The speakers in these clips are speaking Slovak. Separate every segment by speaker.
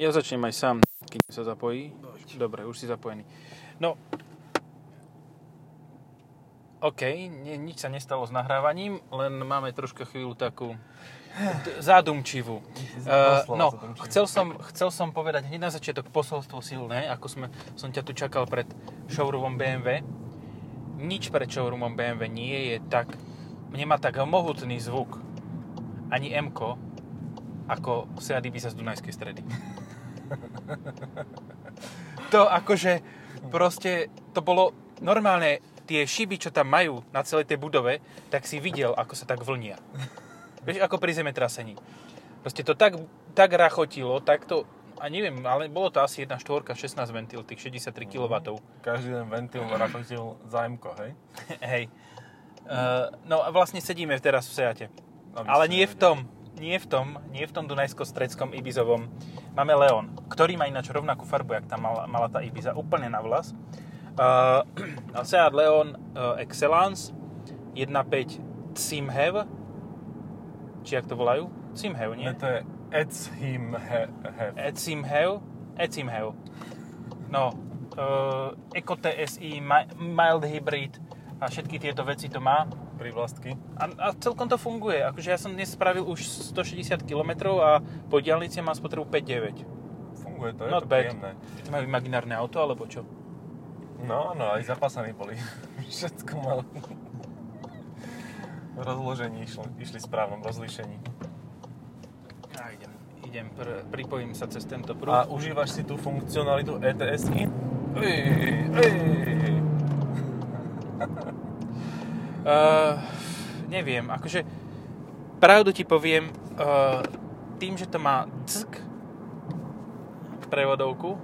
Speaker 1: Ja začnem aj sám, kým sa zapojí. Dobre, už si zapojený. No, OK, nie, nič sa nestalo s nahrávaním, len máme troška chvíľu takú t- zádumčivú.
Speaker 2: Doslova
Speaker 1: Eh, no,
Speaker 2: zádumčivú.
Speaker 1: chcel som, chcel som povedať hneď na začiatok posolstvo silné, ako sme, som ťa tu čakal pred showroomom BMW. Nič pred showroomom BMW nie je tak, nemá tak mohutný zvuk, ani m ako Seat Ibiza z Dunajskej stredy. to akože proste, to bolo normálne, tie šiby, čo tam majú na celej tej budove, tak si videl, ako sa tak vlnia. Vieš, ako pri zemetrasení. Proste to tak, tak rachotilo, tak to, a neviem, ale bolo to asi jedna štvorka, 16 ventil, tých 63 kW.
Speaker 2: Každý ten ventil rakotil zájmko, hej?
Speaker 1: Hej. Uh, no a vlastne sedíme teraz v Seate.
Speaker 2: Aby
Speaker 1: Ale
Speaker 2: ste
Speaker 1: nie v
Speaker 2: vedeli.
Speaker 1: tom, nie v tom, nie v tom Dunajsko-Streckom Ibizovom. Máme Leon, ktorý má ináč rovnakú farbu, jak tá mala, mala tá Ibiza, úplne na vlas. Uh, Seat Leon uh, Excellence 1.5 Simhev, či jak to volajú? Simhev, nie? E,
Speaker 2: Nie, to je It's him he, have.
Speaker 1: Ecimhev, Ecimhev. E, No, uh, Eco TSI, mi- Mild Hybrid a všetky tieto veci to má.
Speaker 2: Privlastky.
Speaker 1: A, a celkom to funguje. Akože ja som dnes spravil už 160 km a po diálnici mám spotrebu 5,9.
Speaker 2: Funguje to, je
Speaker 1: Not
Speaker 2: to
Speaker 1: bad.
Speaker 2: príjemné.
Speaker 1: To majú imaginárne auto, alebo čo?
Speaker 2: No, no, aj zapasaní boli. Všetko malo. Rozložení išli, išli v správnom rozlíšení.
Speaker 1: Ja idem, idem pr- pripojím sa cez tento prúd.
Speaker 2: A užívaš si tú funkcionalitu ETS in? Ej, ej.
Speaker 1: Uh, neviem, akože pravdu ti poviem, uh, tým, že to má ck prevodovku,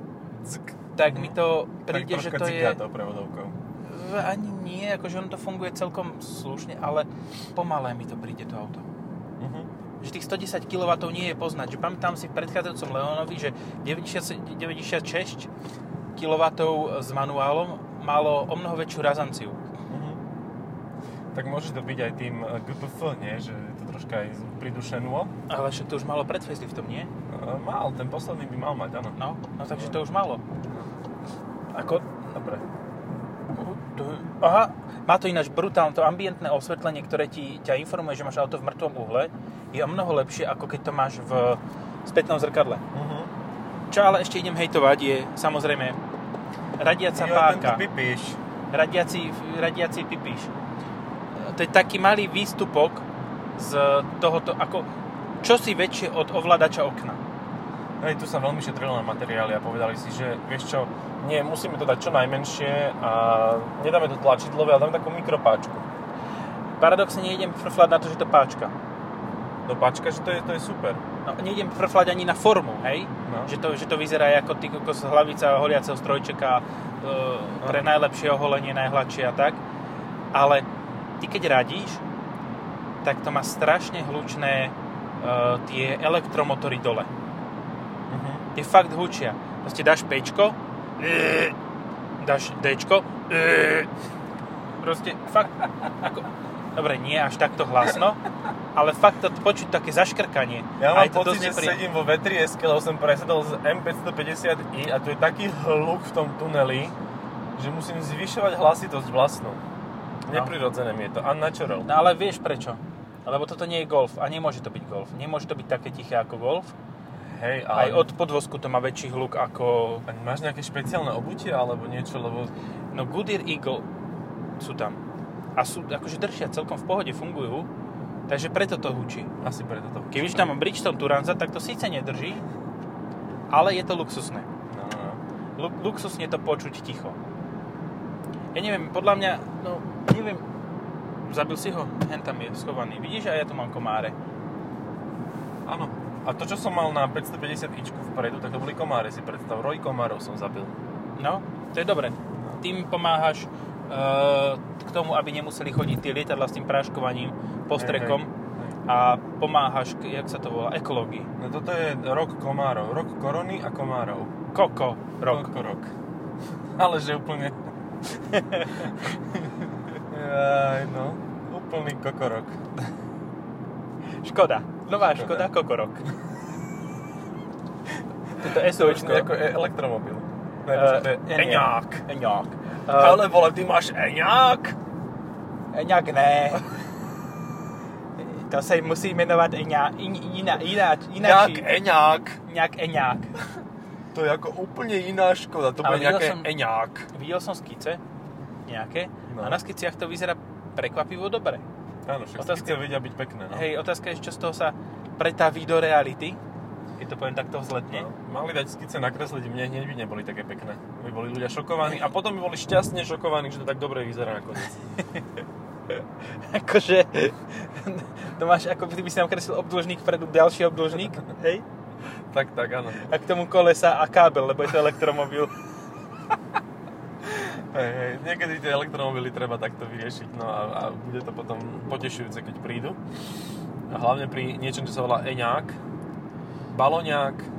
Speaker 2: Ck.
Speaker 1: Mhm. tak mi to príde,
Speaker 2: tak
Speaker 1: že
Speaker 2: troška
Speaker 1: to je...
Speaker 2: ciká tou prevodovkou.
Speaker 1: V- Ani nie, akože ono to funguje celkom slušne, ale pomalé mi to príde to auto.
Speaker 2: Mhm.
Speaker 1: Že tých 110 kW nie je poznať. Že pamätám si v predchádzajúcom Leonovi, že 90, 96 kW s manuálom malo o mnoho väčšiu razanciu.
Speaker 2: Mhm. Tak môže to byť aj tým e, GPF, nie? Že je to troška aj pridušenú.
Speaker 1: Ale však to už malo pred faceliftom, nie?
Speaker 2: Eh, Mal, ten posledný by mal mať, áno.
Speaker 1: No, no takže to už malo. Ako,
Speaker 2: Dobre.
Speaker 1: to, aha, má to ináč brutálne, to ambientné osvetlenie, ktoré ti, ťa informuje, že máš auto v mŕtvom uhle, je o mnoho lepšie, ako keď to máš v spätnom zrkadle.
Speaker 2: Mhm.
Speaker 1: Čo ale ešte idem hejtovať je, samozrejme, radiaca
Speaker 2: Jo,
Speaker 1: páka.
Speaker 2: tento pipíš.
Speaker 1: radiaci, radiaci pipíš. To je taký malý výstupok z tohoto, ako čosi väčšie od ovládača okna.
Speaker 2: Hej, tu sa veľmi šetrilo na materiály a povedali si, že vieš čo, nie, musíme to dať čo najmenšie a nedáme to tlačidlové, ale dáme takú mikropáčku.
Speaker 1: Paradoxne nejdem frflať na to, že to páčka.
Speaker 2: No páčka, že to je, to je super.
Speaker 1: No, nejdem frflať ani na formu, hej?
Speaker 2: No.
Speaker 1: Že, to, že to vyzerá ako ty kokos hlavica holiaceho strojčeka e, pre najlepšie oholenie, najhladšie a tak. Ale ty keď radíš, tak to má strašne hlučné e, tie elektromotory dole.
Speaker 2: Mhm.
Speaker 1: tie fakt hučia. Proste dáš pečko, dáš dečko, proste fakt, ako, dobre, nie až takto hlasno, ale fakt to počuť také zaškrkanie.
Speaker 2: Ja
Speaker 1: A
Speaker 2: mám
Speaker 1: je to
Speaker 2: pocit,
Speaker 1: dosť
Speaker 2: že
Speaker 1: neprí-
Speaker 2: sedím vo vetrieske, lebo som presedol z M550i a tu je taký hluk v tom tuneli, že musím zvyšovať hlasitosť vlastnú. No. Neprirodzené mi je to. A načoral.
Speaker 1: No ale vieš prečo? Lebo toto nie je golf a nemôže to byť golf. Nemôže to byť také tiché ako golf.
Speaker 2: Hej,
Speaker 1: Aj
Speaker 2: ale...
Speaker 1: od podvozku to má väčší hluk ako...
Speaker 2: A máš nejaké špeciálne obutie alebo niečo, lebo...
Speaker 1: No Goodyear Eagle sú tam. A sú, akože držia celkom v pohode, fungujú. Takže preto to hučí.
Speaker 2: Asi preto to...
Speaker 1: Keď už tam mám Bridgestone Turanza, tak to síce nedrží, ale je to luxusné.
Speaker 2: No, no, no.
Speaker 1: Lu- luxusne to počuť ticho. Ja neviem, podľa mňa, no neviem, zabil si ho, hen tam je schovaný. Vidíš, a ja tu mám komáre.
Speaker 2: Áno. A to, čo som mal na 550 ičku vpredu, tak to boli komáre, si predstav. Roj komárov som zabil.
Speaker 1: No, to je dobre. Tým pomáhaš e, k tomu, aby nemuseli chodiť tie lietadla s tým práškovaním, postrekom
Speaker 2: Hej, hej.
Speaker 1: a pomáhaš, k, jak sa to volá, ekológii.
Speaker 2: No toto je rok komárov. Rok korony a komárov.
Speaker 1: Koko, rok.
Speaker 2: Ako rok. Ale že úplne... Aj no. Úplný kokorok.
Speaker 1: Škoda. Nová škoda,
Speaker 2: Škoda.
Speaker 1: kokorok. Toto SUVčko.
Speaker 2: SUVčko. Ako e- elektromobil. E- Ne, počkaj, to je
Speaker 1: Eh,
Speaker 2: Eňák.
Speaker 1: Eňák. Eh,
Speaker 2: Ale vole, ty máš Eňák?
Speaker 1: Eňák ne. to se musí jmenovat Eňák. Jiná, jiná,
Speaker 2: Nejak
Speaker 1: jináčí.
Speaker 2: Eňák.
Speaker 1: Nějak Eňák.
Speaker 2: To je ako úplne iná škoda. To
Speaker 1: Ale
Speaker 2: bude
Speaker 1: videl
Speaker 2: nejaké
Speaker 1: som-
Speaker 2: Eňák.
Speaker 1: Viděl jsem skice nějaké no.
Speaker 2: No.
Speaker 1: a na skiciach to vyzerá prekvapivo dobre.
Speaker 2: Áno, však
Speaker 1: Otázka-
Speaker 2: skice vedia byť pekné. No.
Speaker 1: Hej, otázka je, čo z toho sa pretaví do reality. Keď to poviem takto vzletne.
Speaker 2: No, mali dať skice nakresliť, mne hneď by neboli také pekné. By boli ľudia šokovaní a potom by boli šťastne šokovaní, že to tak dobre vyzerá nakoniec.
Speaker 1: Akože, to máš ako kdyby si nám kreslil obdĺžnik predu ďalší obdĺžnik, hej?
Speaker 2: tak, tak, áno.
Speaker 1: A k tomu kolesa a kábel, lebo je to elektromobil.
Speaker 2: Hej, hej, niekedy tie elektromobily treba takto vyriešiť, no a, a bude to potom potešujúce, keď prídu. A hlavne pri niečom, čo sa volá eňák, baloňák,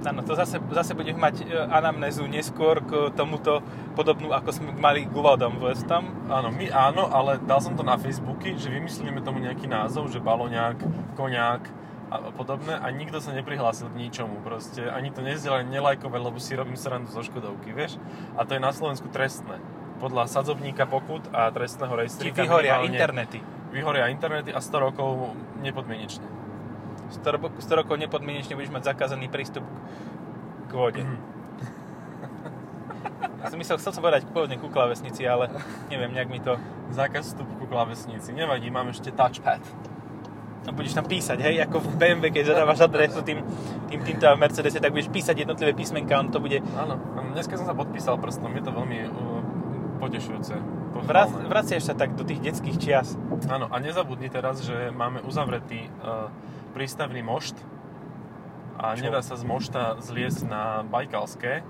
Speaker 1: Áno, to zase, zase budeme mať e, anamnézu neskôr k tomuto podobnú, ako sme mali k Vodom Westom.
Speaker 2: áno, my áno, ale dal som to na Facebooky, že vymyslíme tomu nejaký názov, že baloňák, koňák a a podobné a nikto sa neprihlásil k ničomu proste, ani to nezdielali, nelajkovali, lebo si robím srandu zo Škodovky, vieš? A to je na Slovensku trestné. Podľa sadzobníka pokut a trestného
Speaker 1: Ti
Speaker 2: restrika
Speaker 1: vyhoria
Speaker 2: minimálne-
Speaker 1: internety.
Speaker 2: Vyhoria internety a 100 rokov nepodmienečne.
Speaker 1: 100 ro- 100 rokov nepodmienečne budeš mať zakázaný prístup k vode.
Speaker 2: Mhm.
Speaker 1: Ja som myslel, chcel som povedať pôvodne ku klavesnici, ale neviem, nejak mi to...
Speaker 2: Zákaz vstupu ku klávesnici. Nevadí, mám ešte touchpad.
Speaker 1: No, budeš tam písať, hej, ako v BMW, keď zadávaš adresu tým, tým, týmto a v Mercedese, tak budeš písať jednotlivé písmenka, on to bude...
Speaker 2: Áno. Dneska som sa podpísal prstom, je to veľmi uh, potešujúce.
Speaker 1: Vrac,
Speaker 2: pochválne.
Speaker 1: vraciaš sa tak do tých detských čias.
Speaker 2: Áno, a nezabudni teraz, že máme uzavretý uh, prístavný mošt a
Speaker 1: Čo?
Speaker 2: nedá sa z mošta zliesť na Bajkalské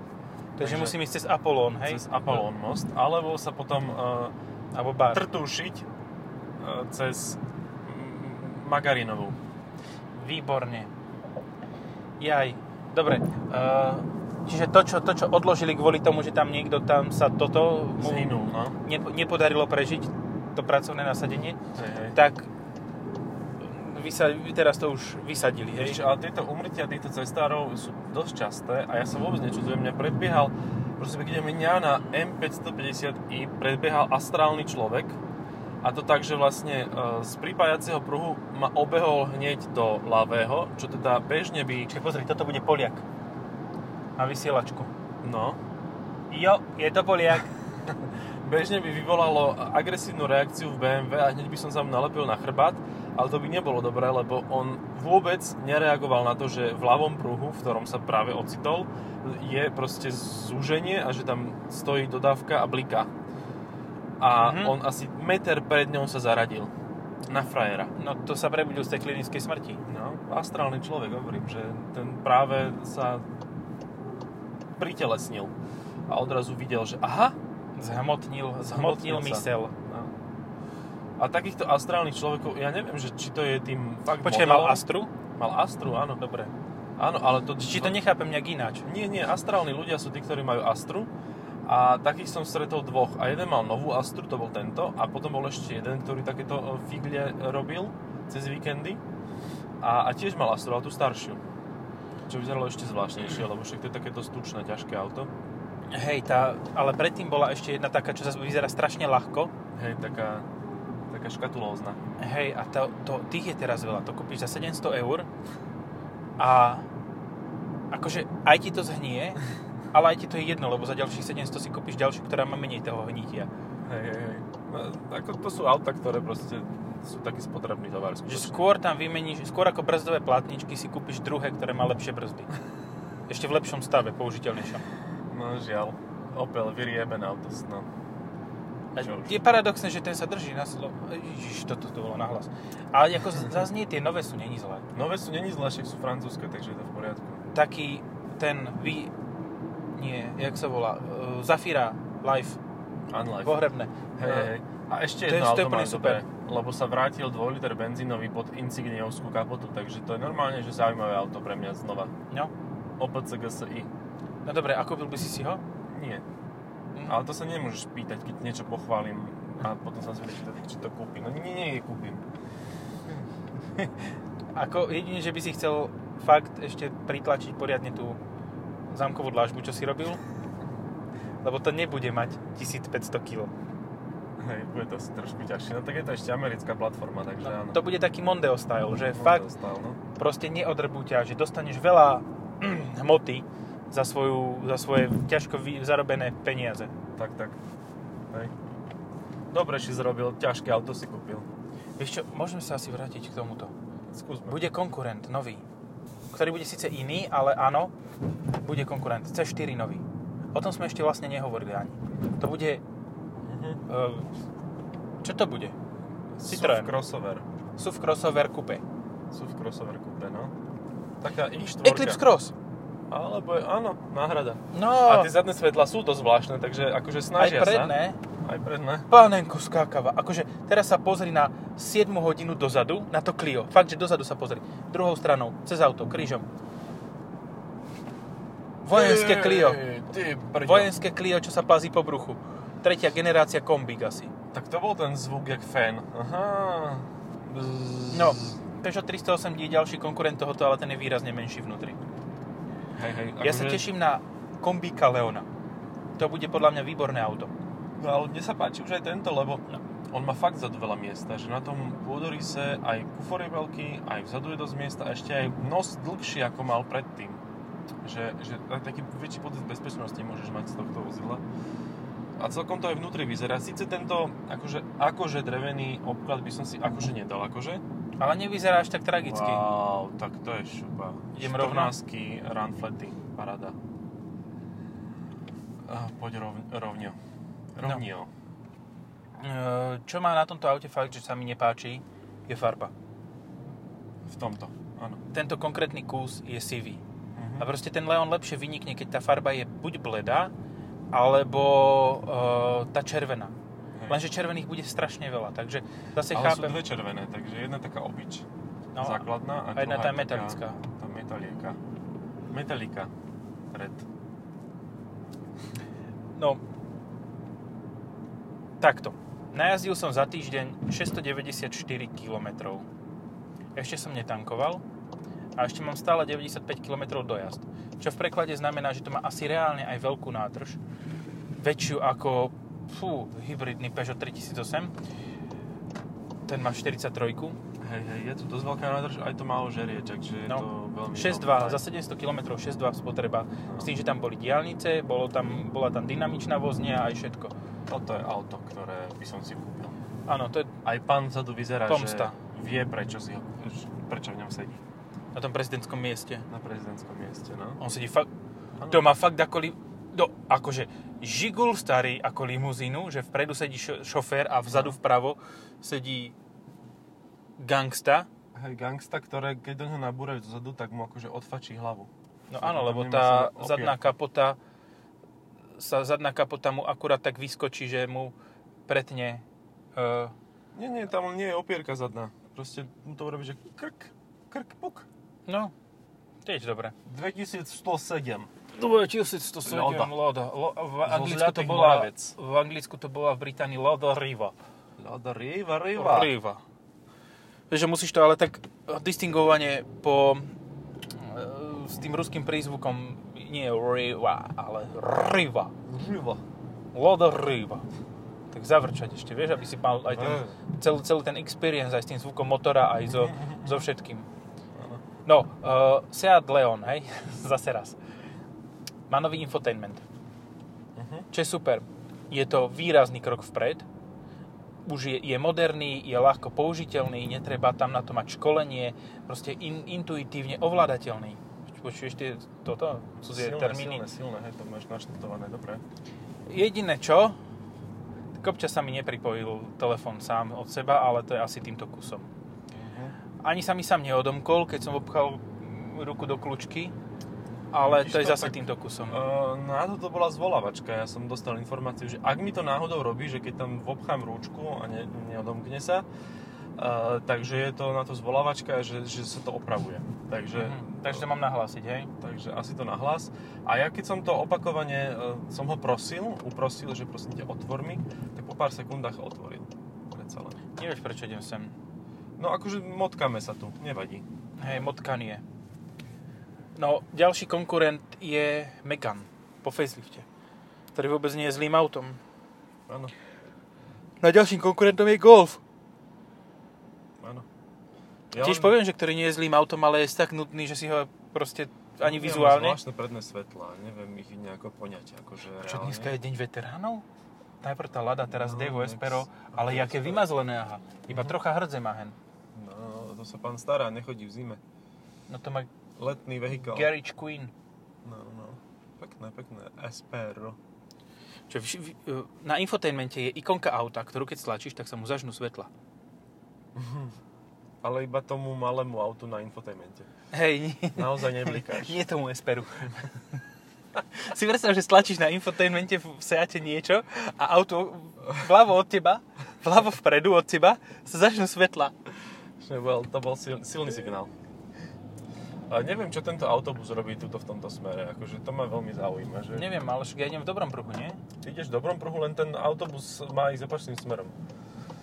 Speaker 1: Takže
Speaker 2: Takže-
Speaker 1: musím ísť cez Apollón, hej?
Speaker 2: cez Apollon most, alebo sa potom uh,
Speaker 1: Alebo bar.
Speaker 2: trtúšiť uh, cez mm, Magarinovú.
Speaker 1: Výborne. Jaj. Dobre. Uh, čiže to čo, to, čo odložili kvôli tomu, že tam niekto tam sa toto mu
Speaker 2: Zhynul, no.
Speaker 1: nep- nepodarilo prežiť, to pracovné nasadenie,
Speaker 2: Hej, hej.
Speaker 1: tak vysa- teraz to už vysadili,
Speaker 2: Vieš
Speaker 1: hej?
Speaker 2: čo, ale tieto umrtia týchto cestárov sú dosť časté a ja sa vôbec nečudujem, mňa predbiehal, proste keď mňa na M550i predbiehal astrálny človek a to tak, že vlastne e, z pripájacieho pruhu ma obehol hneď do ľavého, čo teda bežne by...
Speaker 1: Čiže pozri, toto bude Poliak. Na vysielačku.
Speaker 2: No,
Speaker 1: Jo, je to Poliak.
Speaker 2: bežne by vyvolalo agresívnu reakciu v BMW a hneď by som sa mu nalepil na chrbát, ale to by nebolo dobré, lebo on vôbec nereagoval na to, že v ľavom pruhu, v ktorom sa práve ocitol, je proste zúženie a že tam stojí dodávka a blika. A
Speaker 1: Mhm.
Speaker 2: on asi meter pred ňou sa zaradil na frajera.
Speaker 1: No to sa prebudil z tej klinickej smrti.
Speaker 2: No, astrálny človek, hovorím, že ten práve sa pritelesnil a odrazu videl, že aha,
Speaker 1: Zhmotnil,
Speaker 2: Zhmotnil
Speaker 1: zhmotnil
Speaker 2: sa.
Speaker 1: mysel.
Speaker 2: No. A takýchto astrálnych človekov, ja neviem, že či to je tým fakt
Speaker 1: Počkaj, mal
Speaker 2: modelom.
Speaker 1: Astru?
Speaker 2: mal Astru, áno.
Speaker 1: Dobre.
Speaker 2: Áno, ale to... no,
Speaker 1: Či to nechápem nejak ináč?
Speaker 2: Nie, nie, astrálni ľudia sú tí, ktorí majú Astru. A takých som stretol dvoch. A jeden mal novú Astru, to bol tento. A potom bol ešte jeden, ktorý takéto e, figlie robil cez víkendy. A, a tiež mal Astru, ale tú staršiu. Čo vyzeralo ešte zvláštnejšie, lebo však to je takéto stučné, ťažké auto.
Speaker 1: Hej, tá, ale predtým bola ešte jedna taká, čo sa vyzerá strašne ľahko.
Speaker 2: Hej, taká, taká škatulózna.
Speaker 1: Hej, a to, to, tých je teraz veľa. To kúpiš za 700 eur a akože aj ti to zhnie, ale aj ti to je jedno, lebo za ďalších 700 si kúpiš ďalšiu, ktorá má menej toho hnítia.
Speaker 2: Hej, hej, hej. No, ako to sú auta, ktoré proste sú taký spotrebný tovar.
Speaker 1: Že
Speaker 2: skutočne.
Speaker 1: skôr tam vymeníš, skôr ako brzdové platničky si kúpiš druhé, ktoré má lepšie brzdy. Ešte v lepšom stave, použiteľnejšom.
Speaker 2: No žiaľ, Opel vyrieben auto, no.
Speaker 1: A
Speaker 2: Čo už?
Speaker 1: Je paradoxné, že ten sa drží na slovo. Ježiš, toto to bolo nahlas. Ale ako zaznie, tie nové sú není zlé.
Speaker 2: Nové sú není zlé, však sú francúzske, takže je to v poriadku.
Speaker 1: taký ten vy... Nie, jak sa volá? Uh, Zafira Life,
Speaker 2: Unlife.
Speaker 1: pohrebné. E,
Speaker 2: Hej, hej. A ešte
Speaker 1: To je-
Speaker 2: jedno
Speaker 1: to je
Speaker 2: auto
Speaker 1: úplne
Speaker 2: mám
Speaker 1: super.
Speaker 2: dobré, lebo sa vrátil 2 liter benzínový pod insigniovskú kapotu, takže to je normálne, že zaujímavé auto pre mňa znova.
Speaker 1: No.
Speaker 2: Opel CGSI.
Speaker 1: No dobre, a kúpil by si si ho?
Speaker 2: Nie.
Speaker 1: Mhm.
Speaker 2: Ale to sa nemôžeš pýtať, keď niečo pochválim a potom sa zvedieť, či to kúpim. No nie, nie, kúpim.
Speaker 1: Ako jedine, Mm, že by si chcel fakt ešte pritlačiť poriadne tú zámkovú dlážbu, čo si robil. Lebo to nebude mať 1500 kg.
Speaker 2: Hej, bude to asi trošku ťažšie. No tak je to ešte americká platforma, takže áno.
Speaker 1: No, to bude taký Mondeo style, že
Speaker 2: Mám
Speaker 1: fakt
Speaker 2: dostal, no.
Speaker 1: proste neodrbú ťa, že dostaneš veľa hmoty za, svoju, za svoje ťažko vy- zarobené peniaze.
Speaker 2: Tak, tak. Hej. Dobre si zrobil, ťažké auto si kúpil.
Speaker 1: Vieš čo, môžeme sa asi vrátiť k tomuto.
Speaker 2: Skúsme.
Speaker 1: Bude konkurent nový, ktorý bude síce iný, ale áno, bude konkurent. C4 nový. O tom sme ešte vlastne nehovorili ani. To bude...
Speaker 2: Mhm.
Speaker 1: eh, Čo to bude? Citroen.
Speaker 2: SUV crossover.
Speaker 1: SUV crossover coupe.
Speaker 2: SUV crossover kúpe, no. Taká i4.
Speaker 1: Eclipse Cross.
Speaker 2: Alebo je, áno, náhrada. A
Speaker 1: No,
Speaker 2: tie zadné svetla sú dosť zvláštne, takže akože
Speaker 1: aj
Speaker 2: snažia sa.
Speaker 1: predné.
Speaker 2: Aj predné.
Speaker 1: Pánenko skákava. Akože teraz sa pozri na 7 hodinu dozadu, na to Clio. Fakt, že dozadu sa pozri. Druhou stranou, cez auto, krížom. Vojenské
Speaker 2: Ty,
Speaker 1: Clio.
Speaker 2: Ty brďo.
Speaker 1: Vojenské Clio, čo sa plazí po bruchu. Tretia generácia kombík asi.
Speaker 2: Tak to bol ten zvuk jak fén. Aha. Bzz.
Speaker 1: No, Peugeot 308 je ďalší konkurent tohoto, ale ten je výrazne menší vnútri.
Speaker 2: Hej, hej,
Speaker 1: Ja sa
Speaker 2: akože-
Speaker 1: teším na kombíka Leona. To bude podľa mňa výborné auto.
Speaker 2: No ale mne sa páči už aj tento, lebo on má fakt vzadu veľa miesta, že na tom pôdorise aj kufor je veľký, aj vzadu je dosť miesta, a ešte aj nos dlhší ako mal predtým. Že, že aj taký väčší pocit bezpečnosti môžeš mať z tohto vozidla. A celkom to aj vnútri vyzerá. Sice tento akože, akože drevený obklad by som si akože nedal, akože.
Speaker 1: Ale nevyzerá až tak tragicky.
Speaker 2: Wow, tak to je šupa.
Speaker 1: Idem rovno?
Speaker 2: 14 run flaty, parada. Uh, poď rov, rovňo. Rovňo.
Speaker 1: Eh, Čo má na tomto aute fakt, že sa mi nepáči, je farba.
Speaker 2: V tomto, áno.
Speaker 1: Tento konkrétny kus je sivý. A
Speaker 2: Mhm.
Speaker 1: proste ten Leon lepšie vynikne, keď tá farba je buď bledá, alebo eh, tá červená.
Speaker 2: Hej.
Speaker 1: Lenže červených bude strašne veľa, takže zase
Speaker 2: Ale sú
Speaker 1: chápem.
Speaker 2: dve červené, takže jedna taká obič
Speaker 1: No,
Speaker 2: základná a,
Speaker 1: a jedna
Speaker 2: druhá
Speaker 1: tá
Speaker 2: je
Speaker 1: metalická.
Speaker 2: Taká, tá metalieka. Metalika. Red.
Speaker 1: No, takto. Najazdil som za týždeň 694 km. Ešte som netankoval a ešte mám stále 95 km dojazd. Čo v preklade znamená, že to má asi reálne aj veľkú nádrž. Väčšiu ako fú, hybridný Peugeot 3008. Ten má 43.
Speaker 2: Hej, hej, je tu dosť veľká nádrž, aj to málo žerie, takže je
Speaker 1: No.
Speaker 2: to veľmi...
Speaker 1: 6.2, za 700 km 6.2 spotreba. S tým, že tam boli diálnice, bolo tam, bola tam dynamičná vozňa aj všetko.
Speaker 2: Toto je auto, ktoré by som si kúpil.
Speaker 1: Áno, to je,
Speaker 2: Aj pán vzadu vyzerá,
Speaker 1: Pomsta.
Speaker 2: že vie, prečo, si ho, prečo v ňom sedí.
Speaker 1: na tom prezidentskom mieste.
Speaker 2: Na prezidentskom mieste, no.
Speaker 1: On sedí fakt...
Speaker 2: Áno.
Speaker 1: To má fakt ako... Li, do, akože žigul starý ako limuzínu, že vpredu sedí šo, šofér a vzadu vpravo sedí gangsta.
Speaker 2: Hej, gangsta, ktoré keď do neho nabúrajú zadu, tak mu akože odfačí hlavu.
Speaker 1: No
Speaker 2: Fakt,
Speaker 1: áno,
Speaker 2: tam
Speaker 1: lebo
Speaker 2: nemá
Speaker 1: tá
Speaker 2: sa na-
Speaker 1: zadná
Speaker 2: opierať.
Speaker 1: kapota sa zadná kapota mu akurát tak vyskočí, že mu pretne uh,
Speaker 2: Nie, nie, tam nie je opierka zadná. Proste mu to urobí, že krk, krk, puk.
Speaker 1: no, tiež dobre.
Speaker 2: 2107.
Speaker 1: No, 2107
Speaker 2: Loda.
Speaker 1: Loda. Lo, v,
Speaker 2: Zo
Speaker 1: Anglicku to
Speaker 2: Zlatých
Speaker 1: bola,
Speaker 2: Moravec.
Speaker 1: v Anglicku to bola v Británii Loda Riva.
Speaker 2: Lada riva,
Speaker 1: Riva.
Speaker 2: riva.
Speaker 1: Riva. Vieš, že musíš to ale tak distingovanie po... e, s tým ruským prízvukom nie Riva, ale Riva.
Speaker 2: Riva.
Speaker 1: Loda Riva. Tak zavrčať ešte, vieš, aby si mal aj ten, celý, celý ten experience aj s tým zvukom motora, aj so, so všetkým. No, uh, Seat Leon, hej, zase raz. Má nový infotainment.
Speaker 2: Mhm.
Speaker 1: Čo je super. Je to výrazný krok vpred. Už je, je moderný, je ľahko použiteľný, netreba tam na to mať školenie, proste in, intuitívne ovládateľný. Počuješ tie toto? Cudzie
Speaker 2: Silné,
Speaker 1: termíny?
Speaker 2: silné, silné, hej, to máš naštartované, dobre.
Speaker 1: Jediné čo, kopča sa mi nepripojil telefon sám od seba, ale to je asi týmto kusom. Ani sa mi sám neodomkol, keď som obchal ruku do kľúčky, ale
Speaker 2: Vidíš
Speaker 1: to je
Speaker 2: to,
Speaker 1: zase
Speaker 2: tak-
Speaker 1: týmto kusom.
Speaker 2: Uh, na to to bola zvolávačka, ja som dostal informáciu, že ak mi to náhodou robí, že keď tam vopchám rúčku a ne, neodomkne sa, uh, takže je to na to zvolávačka, že, že sa to opravuje. Takže
Speaker 1: Mhm. Takže to mám nahlásiť, hej?
Speaker 2: takže asi to nahlas. A ja keď som to opakovane, e, som ho prosil, uprosil, že prosím ťa otvor mi, tak po pár sekundách otvoril. Predsa len.
Speaker 1: Nevieš, prečo idem sem.
Speaker 2: No akože motkáme sa tu, nevadí.
Speaker 1: Hej, motkanie. No, ďalší konkurent je Megane po facelifte, ktorý vôbec nie je zlým autom.
Speaker 2: Áno,
Speaker 1: No a ďalším konkurentom je Golf.
Speaker 2: áno.
Speaker 1: Ja Tiež
Speaker 2: len-
Speaker 1: poviem, že ktorý nie je zlým autom, ale je tak nutný, že si ho proste ani
Speaker 2: Ja mám
Speaker 1: vizuálne.
Speaker 2: Zvláštne predné svetla, neviem ich nejako poňať, akože
Speaker 1: Čo
Speaker 2: reálne.
Speaker 1: dneska je deň veteránov? Najprv tá Lada, teraz
Speaker 2: No,
Speaker 1: Devo
Speaker 2: Nex-
Speaker 1: Espero, ale
Speaker 2: Nex-
Speaker 1: jaké vymazlené, aha. Iba
Speaker 2: Mhm.
Speaker 1: trocha hrdze má hen.
Speaker 2: No, to sa pán stará, nechodí v zime.
Speaker 1: No to má
Speaker 2: Letný vehikel.
Speaker 1: Garage Queen.
Speaker 2: No, no. Pekné, pekné. Espero.
Speaker 1: Čo, vš- v- eh, na infotainmente je ikonka auta, ktorú keď stlačíš, tak sa mu zažnú svetla.
Speaker 2: Ale iba tomu malému autu na infotainmente.
Speaker 1: Hej, nie,
Speaker 2: Naozaj neblikáš.
Speaker 1: nie tomu Esperu. si predstav, že stlačíš na infotainmente v v Seate niečo a auto vľavo od teba, vľavo vpredu od teba, sa začnú svetla.
Speaker 2: Že bol, to bol silný, silný signál. Ale neviem, čo tento autobus robí tuto v tomto smere. Akože to ma veľmi zaujíma. Že
Speaker 1: Neviem, ale však ja idem v dobrom pruhu, nie?
Speaker 2: Ideš v dobrom pruhu, len ten autobus má ísť opačným smerom.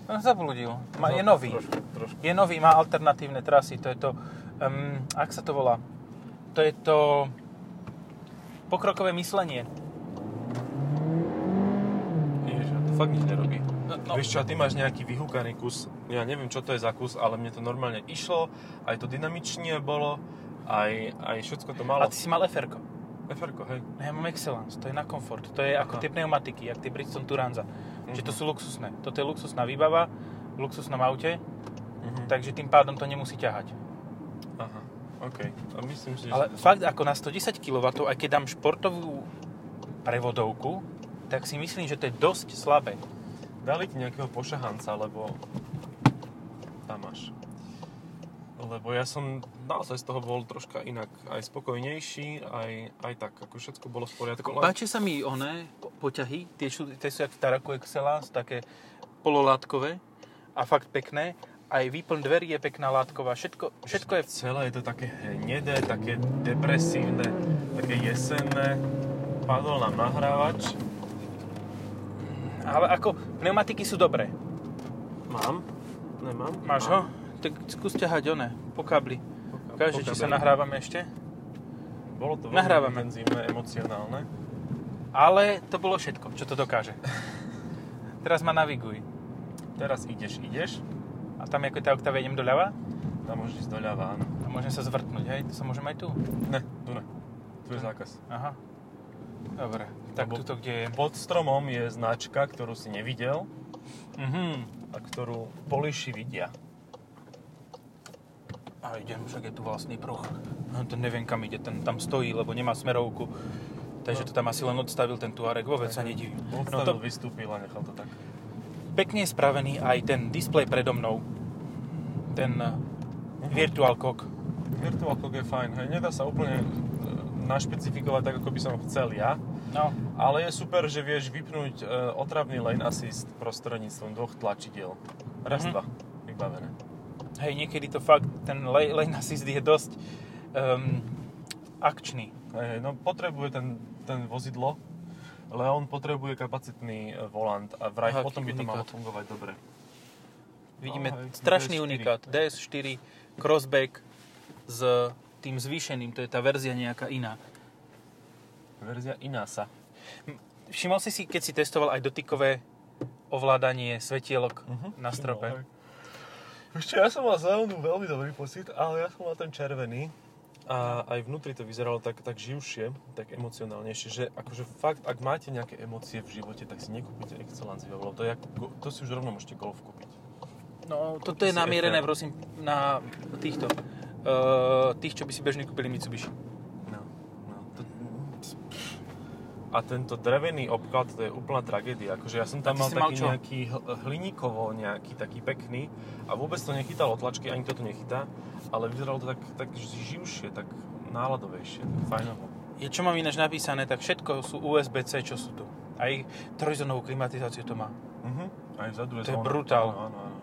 Speaker 1: No, zabludil. Ma, je
Speaker 2: No,
Speaker 1: nový.
Speaker 2: Trošku, trošku.
Speaker 1: Je nový, má alternatívne trasy. To je to, um, ak sa to volá, to je to pokrokové myslenie.
Speaker 2: Ježiš, a to fakt nič nerobí.
Speaker 1: No,
Speaker 2: No. Vieš čo, a ty máš nejaký vyhúkaný kus, ja neviem čo to je za kus, ale mne to normálne išlo, aj to dynamične bolo, aj, aj všetko to
Speaker 1: a
Speaker 2: malo.
Speaker 1: ty si mal fr
Speaker 2: Eferko, hej.
Speaker 1: No ja mám Excellence, to je na komfort. To je ako
Speaker 2: Aha. Mhm.
Speaker 1: tie pneumatiky, jak tie Bridgestone Turanza. Že to sú luxusné. Toto je luxusná výbava v luxusnom aute,
Speaker 2: Mhm.
Speaker 1: takže tým pádom to nemusí ťahať.
Speaker 2: Aha, OK. A myslím si, že...
Speaker 1: Ale fakt ako na 110 kW, aj keď dám športovú prevodovku, tak si myslím, že to je dosť slabé.
Speaker 2: Dali ti nejakého pošahanca, lebo... Tam máš. Lebo ja som naozaj z toho bol troška inak aj spokojnejší, aj, aj tak, ako všetko bolo v poriadku. len-
Speaker 1: Páči sa mi oné po- poťahy, tie sú, tie sú jak v Taraku Excellence, také pololátkové a fakt pekné. Aj výplň dverí je pekná látková, všetko, všetko je...
Speaker 2: Celé je to také hnedé, také depresívne, také jesenné. Padol nám nahrávač.
Speaker 1: Ale ako pneumatiky sú dobré.
Speaker 2: Mám. Nemám.
Speaker 1: Máš ho? Tak skús ťahať one, po kabli. Ukáže, či sa
Speaker 2: nahrá.
Speaker 1: nahrávame ešte.
Speaker 2: Bolo to
Speaker 1: Nahrávame.
Speaker 2: veľmi intenzívne, emocionálne.
Speaker 1: Ale to bolo všetko, čo to dokáže. Teraz ma naviguj.
Speaker 2: Teraz ideš, ideš.
Speaker 1: A tam ako je tá oktávia, idem doľava
Speaker 2: Tam môžeš ísť doľava, áno.
Speaker 1: a môžem sa zvrtnúť, hej? To sa môžem aj tu.
Speaker 2: Ne, tu ne. Tu je zákaz.
Speaker 1: Aha. Dobre, tak
Speaker 2: Lebo-
Speaker 1: tuto, kde je...
Speaker 2: Pod stromom je značka, ktorú si nevidel
Speaker 1: Mhm.
Speaker 2: a ktorú poliši vidia.
Speaker 1: A idem, však je tu vlastný pruh. No, to neviem, kam ide, ten tam stojí, lebo nemá smerovku. Takže to tam asi len odstavil ten Tuareg, vôbec sa nedivím. No to
Speaker 2: Odstavil, vystúpil a nechal to tak.
Speaker 1: pekne je spravený aj ten displej predo mnou. Ten eh,
Speaker 2: Mhm.
Speaker 1: Virtual Cock.
Speaker 2: Virtual Cog je fajn, hej, nedá sa úplne e, našpecifikovať tak, ako by som chcel ja,
Speaker 1: No,
Speaker 2: ale je super, že vieš vypnúť e, otravný lane assist prostredníctvom dvoch tlačidiel.
Speaker 1: Mhm.
Speaker 2: Raz, dva, vybavené.
Speaker 1: hej, niekedy to fakt, ten lane lane assist je dosť um, akčný.
Speaker 2: Hej, no potrebuje ten, ten vozidlo, ale on potrebuje kapacitný e, volant a vraj
Speaker 1: Aha,
Speaker 2: potom by
Speaker 1: unikát.
Speaker 2: to malo fungovať dobre.
Speaker 1: Vidíme
Speaker 2: No, hej,
Speaker 1: strašný
Speaker 2: DS4.
Speaker 1: unikát. DS4 Crossback s tým zvýšeným, to je tá verzia nejaká iná.
Speaker 2: Verzia Inasa.
Speaker 1: Všimol si si, keď si testoval aj dotykové ovládanie svetielok
Speaker 2: Mhm.
Speaker 1: Mhm. na strope?
Speaker 2: Ešte ja som mal zelenú veľmi dobrý pocit, ale ja som mal ten červený. A aj vnútri to vyzeralo tak, tak živšie, tak emocionálnejšie, že akože fakt, ak máte nejaké emócie v živote, tak si nekúpite Excellence Vivo, lebo to, je, ako go- to si už rovno môžete Golf kúpiť.
Speaker 1: No, toto je
Speaker 2: si
Speaker 1: namierené,
Speaker 2: FM.
Speaker 1: prosím, na týchto. eh, tých, čo by si bežne kúpili Mitsubishi.
Speaker 2: No, no. To... A tento drevený obklad, to je úplná tragédia. Akože ja som tam
Speaker 1: A ty
Speaker 2: mal
Speaker 1: si mal
Speaker 2: taký
Speaker 1: čo?
Speaker 2: nejaký hl- hliníkovo, nejaký taký pekný a vôbec to nechytalo tlačky, ani to tu nechytá, ale vyzeralo to tak, tak živšie, tak náladovejšie, tak fajnovo.
Speaker 1: Je, čo mám ináč napísané, tak všetko sú USB-C, čo sú tu. Aj trojzónovú klimatizáciu to má.
Speaker 2: Uh-huh. Aj
Speaker 1: To
Speaker 2: vzadu
Speaker 1: je
Speaker 2: zóna.
Speaker 1: brutál.
Speaker 2: Áno, áno, áno.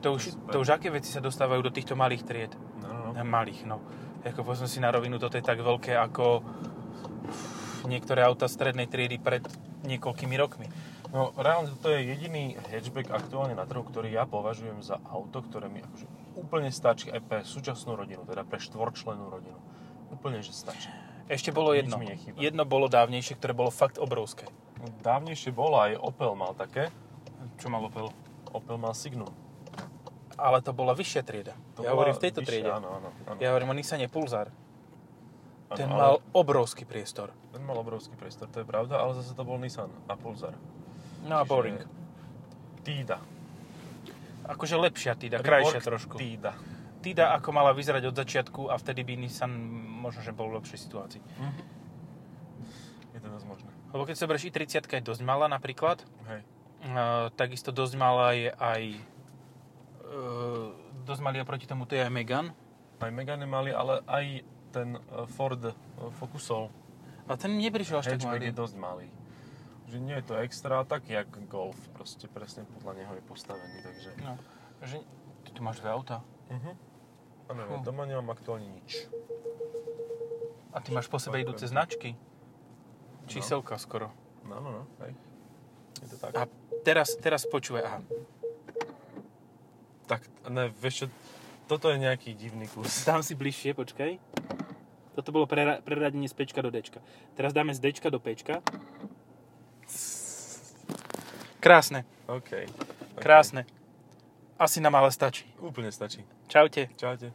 Speaker 1: To už, to už aké veci sa dostávajú do týchto malých tried?
Speaker 2: No, no, no.
Speaker 1: Ne, malých, no. Ako povedzme si na rovinu, toto je tak veľké ako niektoré auta strednej triedy pred niekoľkými rokmi.
Speaker 2: no reálne toto je jediný hatchback aktuálne na trhu, ktorý ja považujem za auto, ktoré mi akože úplne stačí aj pre súčasnú rodinu, teda pre štvorčlenú rodinu. Úplne, že stačí.
Speaker 1: Ešte bolo
Speaker 2: Nič
Speaker 1: jedno.
Speaker 2: mi nechýba.
Speaker 1: Jedno bolo dávnejšie, ktoré bolo fakt obrovské.
Speaker 2: Dávnejšie bolo aj Opel mal také.
Speaker 1: Čo mal Opel?
Speaker 2: Opel mal Signum.
Speaker 1: Ale to bola vyššia trieda.
Speaker 2: To
Speaker 1: ja
Speaker 2: bola
Speaker 1: hovorím v tejto
Speaker 2: vyššia,
Speaker 1: triede.
Speaker 2: Áno, áno. áno
Speaker 1: Ja hovorím o Nissane Pulsar.
Speaker 2: áno,
Speaker 1: Ten
Speaker 2: ale-
Speaker 1: mal obrovský priestor.
Speaker 2: Ten mal obrovský priestor, to je pravda, ale zase to bol Nissan a Pulsar.
Speaker 1: No a
Speaker 2: Čiže
Speaker 1: boring.
Speaker 2: Týda.
Speaker 1: Akože lepšia Tida, krajšia
Speaker 2: Rework
Speaker 1: trošku.
Speaker 2: Týda.
Speaker 1: Tida ako mala vyzerať od začiatku a vtedy by Nissan možno, že bol v lepšej situácii.
Speaker 2: Je to dosť možné.
Speaker 1: Lebo keď sa berieš i30 je dosť malá napríklad,
Speaker 2: Hej.
Speaker 1: Uh, takisto dosť malá je aj... Uh, dosť malý oproti tomu to je aj Megan.
Speaker 2: Aj Megane mali, ale aj ten eh, Ford eh, Focus All
Speaker 1: A ten neprišiel až tak
Speaker 2: hatchback
Speaker 1: malý.
Speaker 2: je dosť malý. Že nie je to extra, tak jak Golf, proste presne podľa neho je postavený, takže...
Speaker 1: No, že... Ty tu máš dve auta.
Speaker 2: Mhm. Áno, ja
Speaker 1: Fú.
Speaker 2: doma nemám aktuálne nič.
Speaker 1: A ty máš po sebe
Speaker 2: Fakt,
Speaker 1: idúce
Speaker 2: fakt.
Speaker 1: značky. Číselka skoro.
Speaker 2: No, no, no, hej. Je to tak.
Speaker 1: A teraz, teraz počúvaj, aha.
Speaker 2: tak, ne, vieš čo, toto je nejaký divný kus.
Speaker 1: Dám si bližšie, počkaj. Toto bolo prera- preradenie z Pčka do Dčka. Teraz dáme z Dčka do Pčka. Krásne,
Speaker 2: OK.
Speaker 1: krásne. Asi nám ale stačí.
Speaker 2: Úplne stačí.
Speaker 1: Čaute.
Speaker 2: Čaute.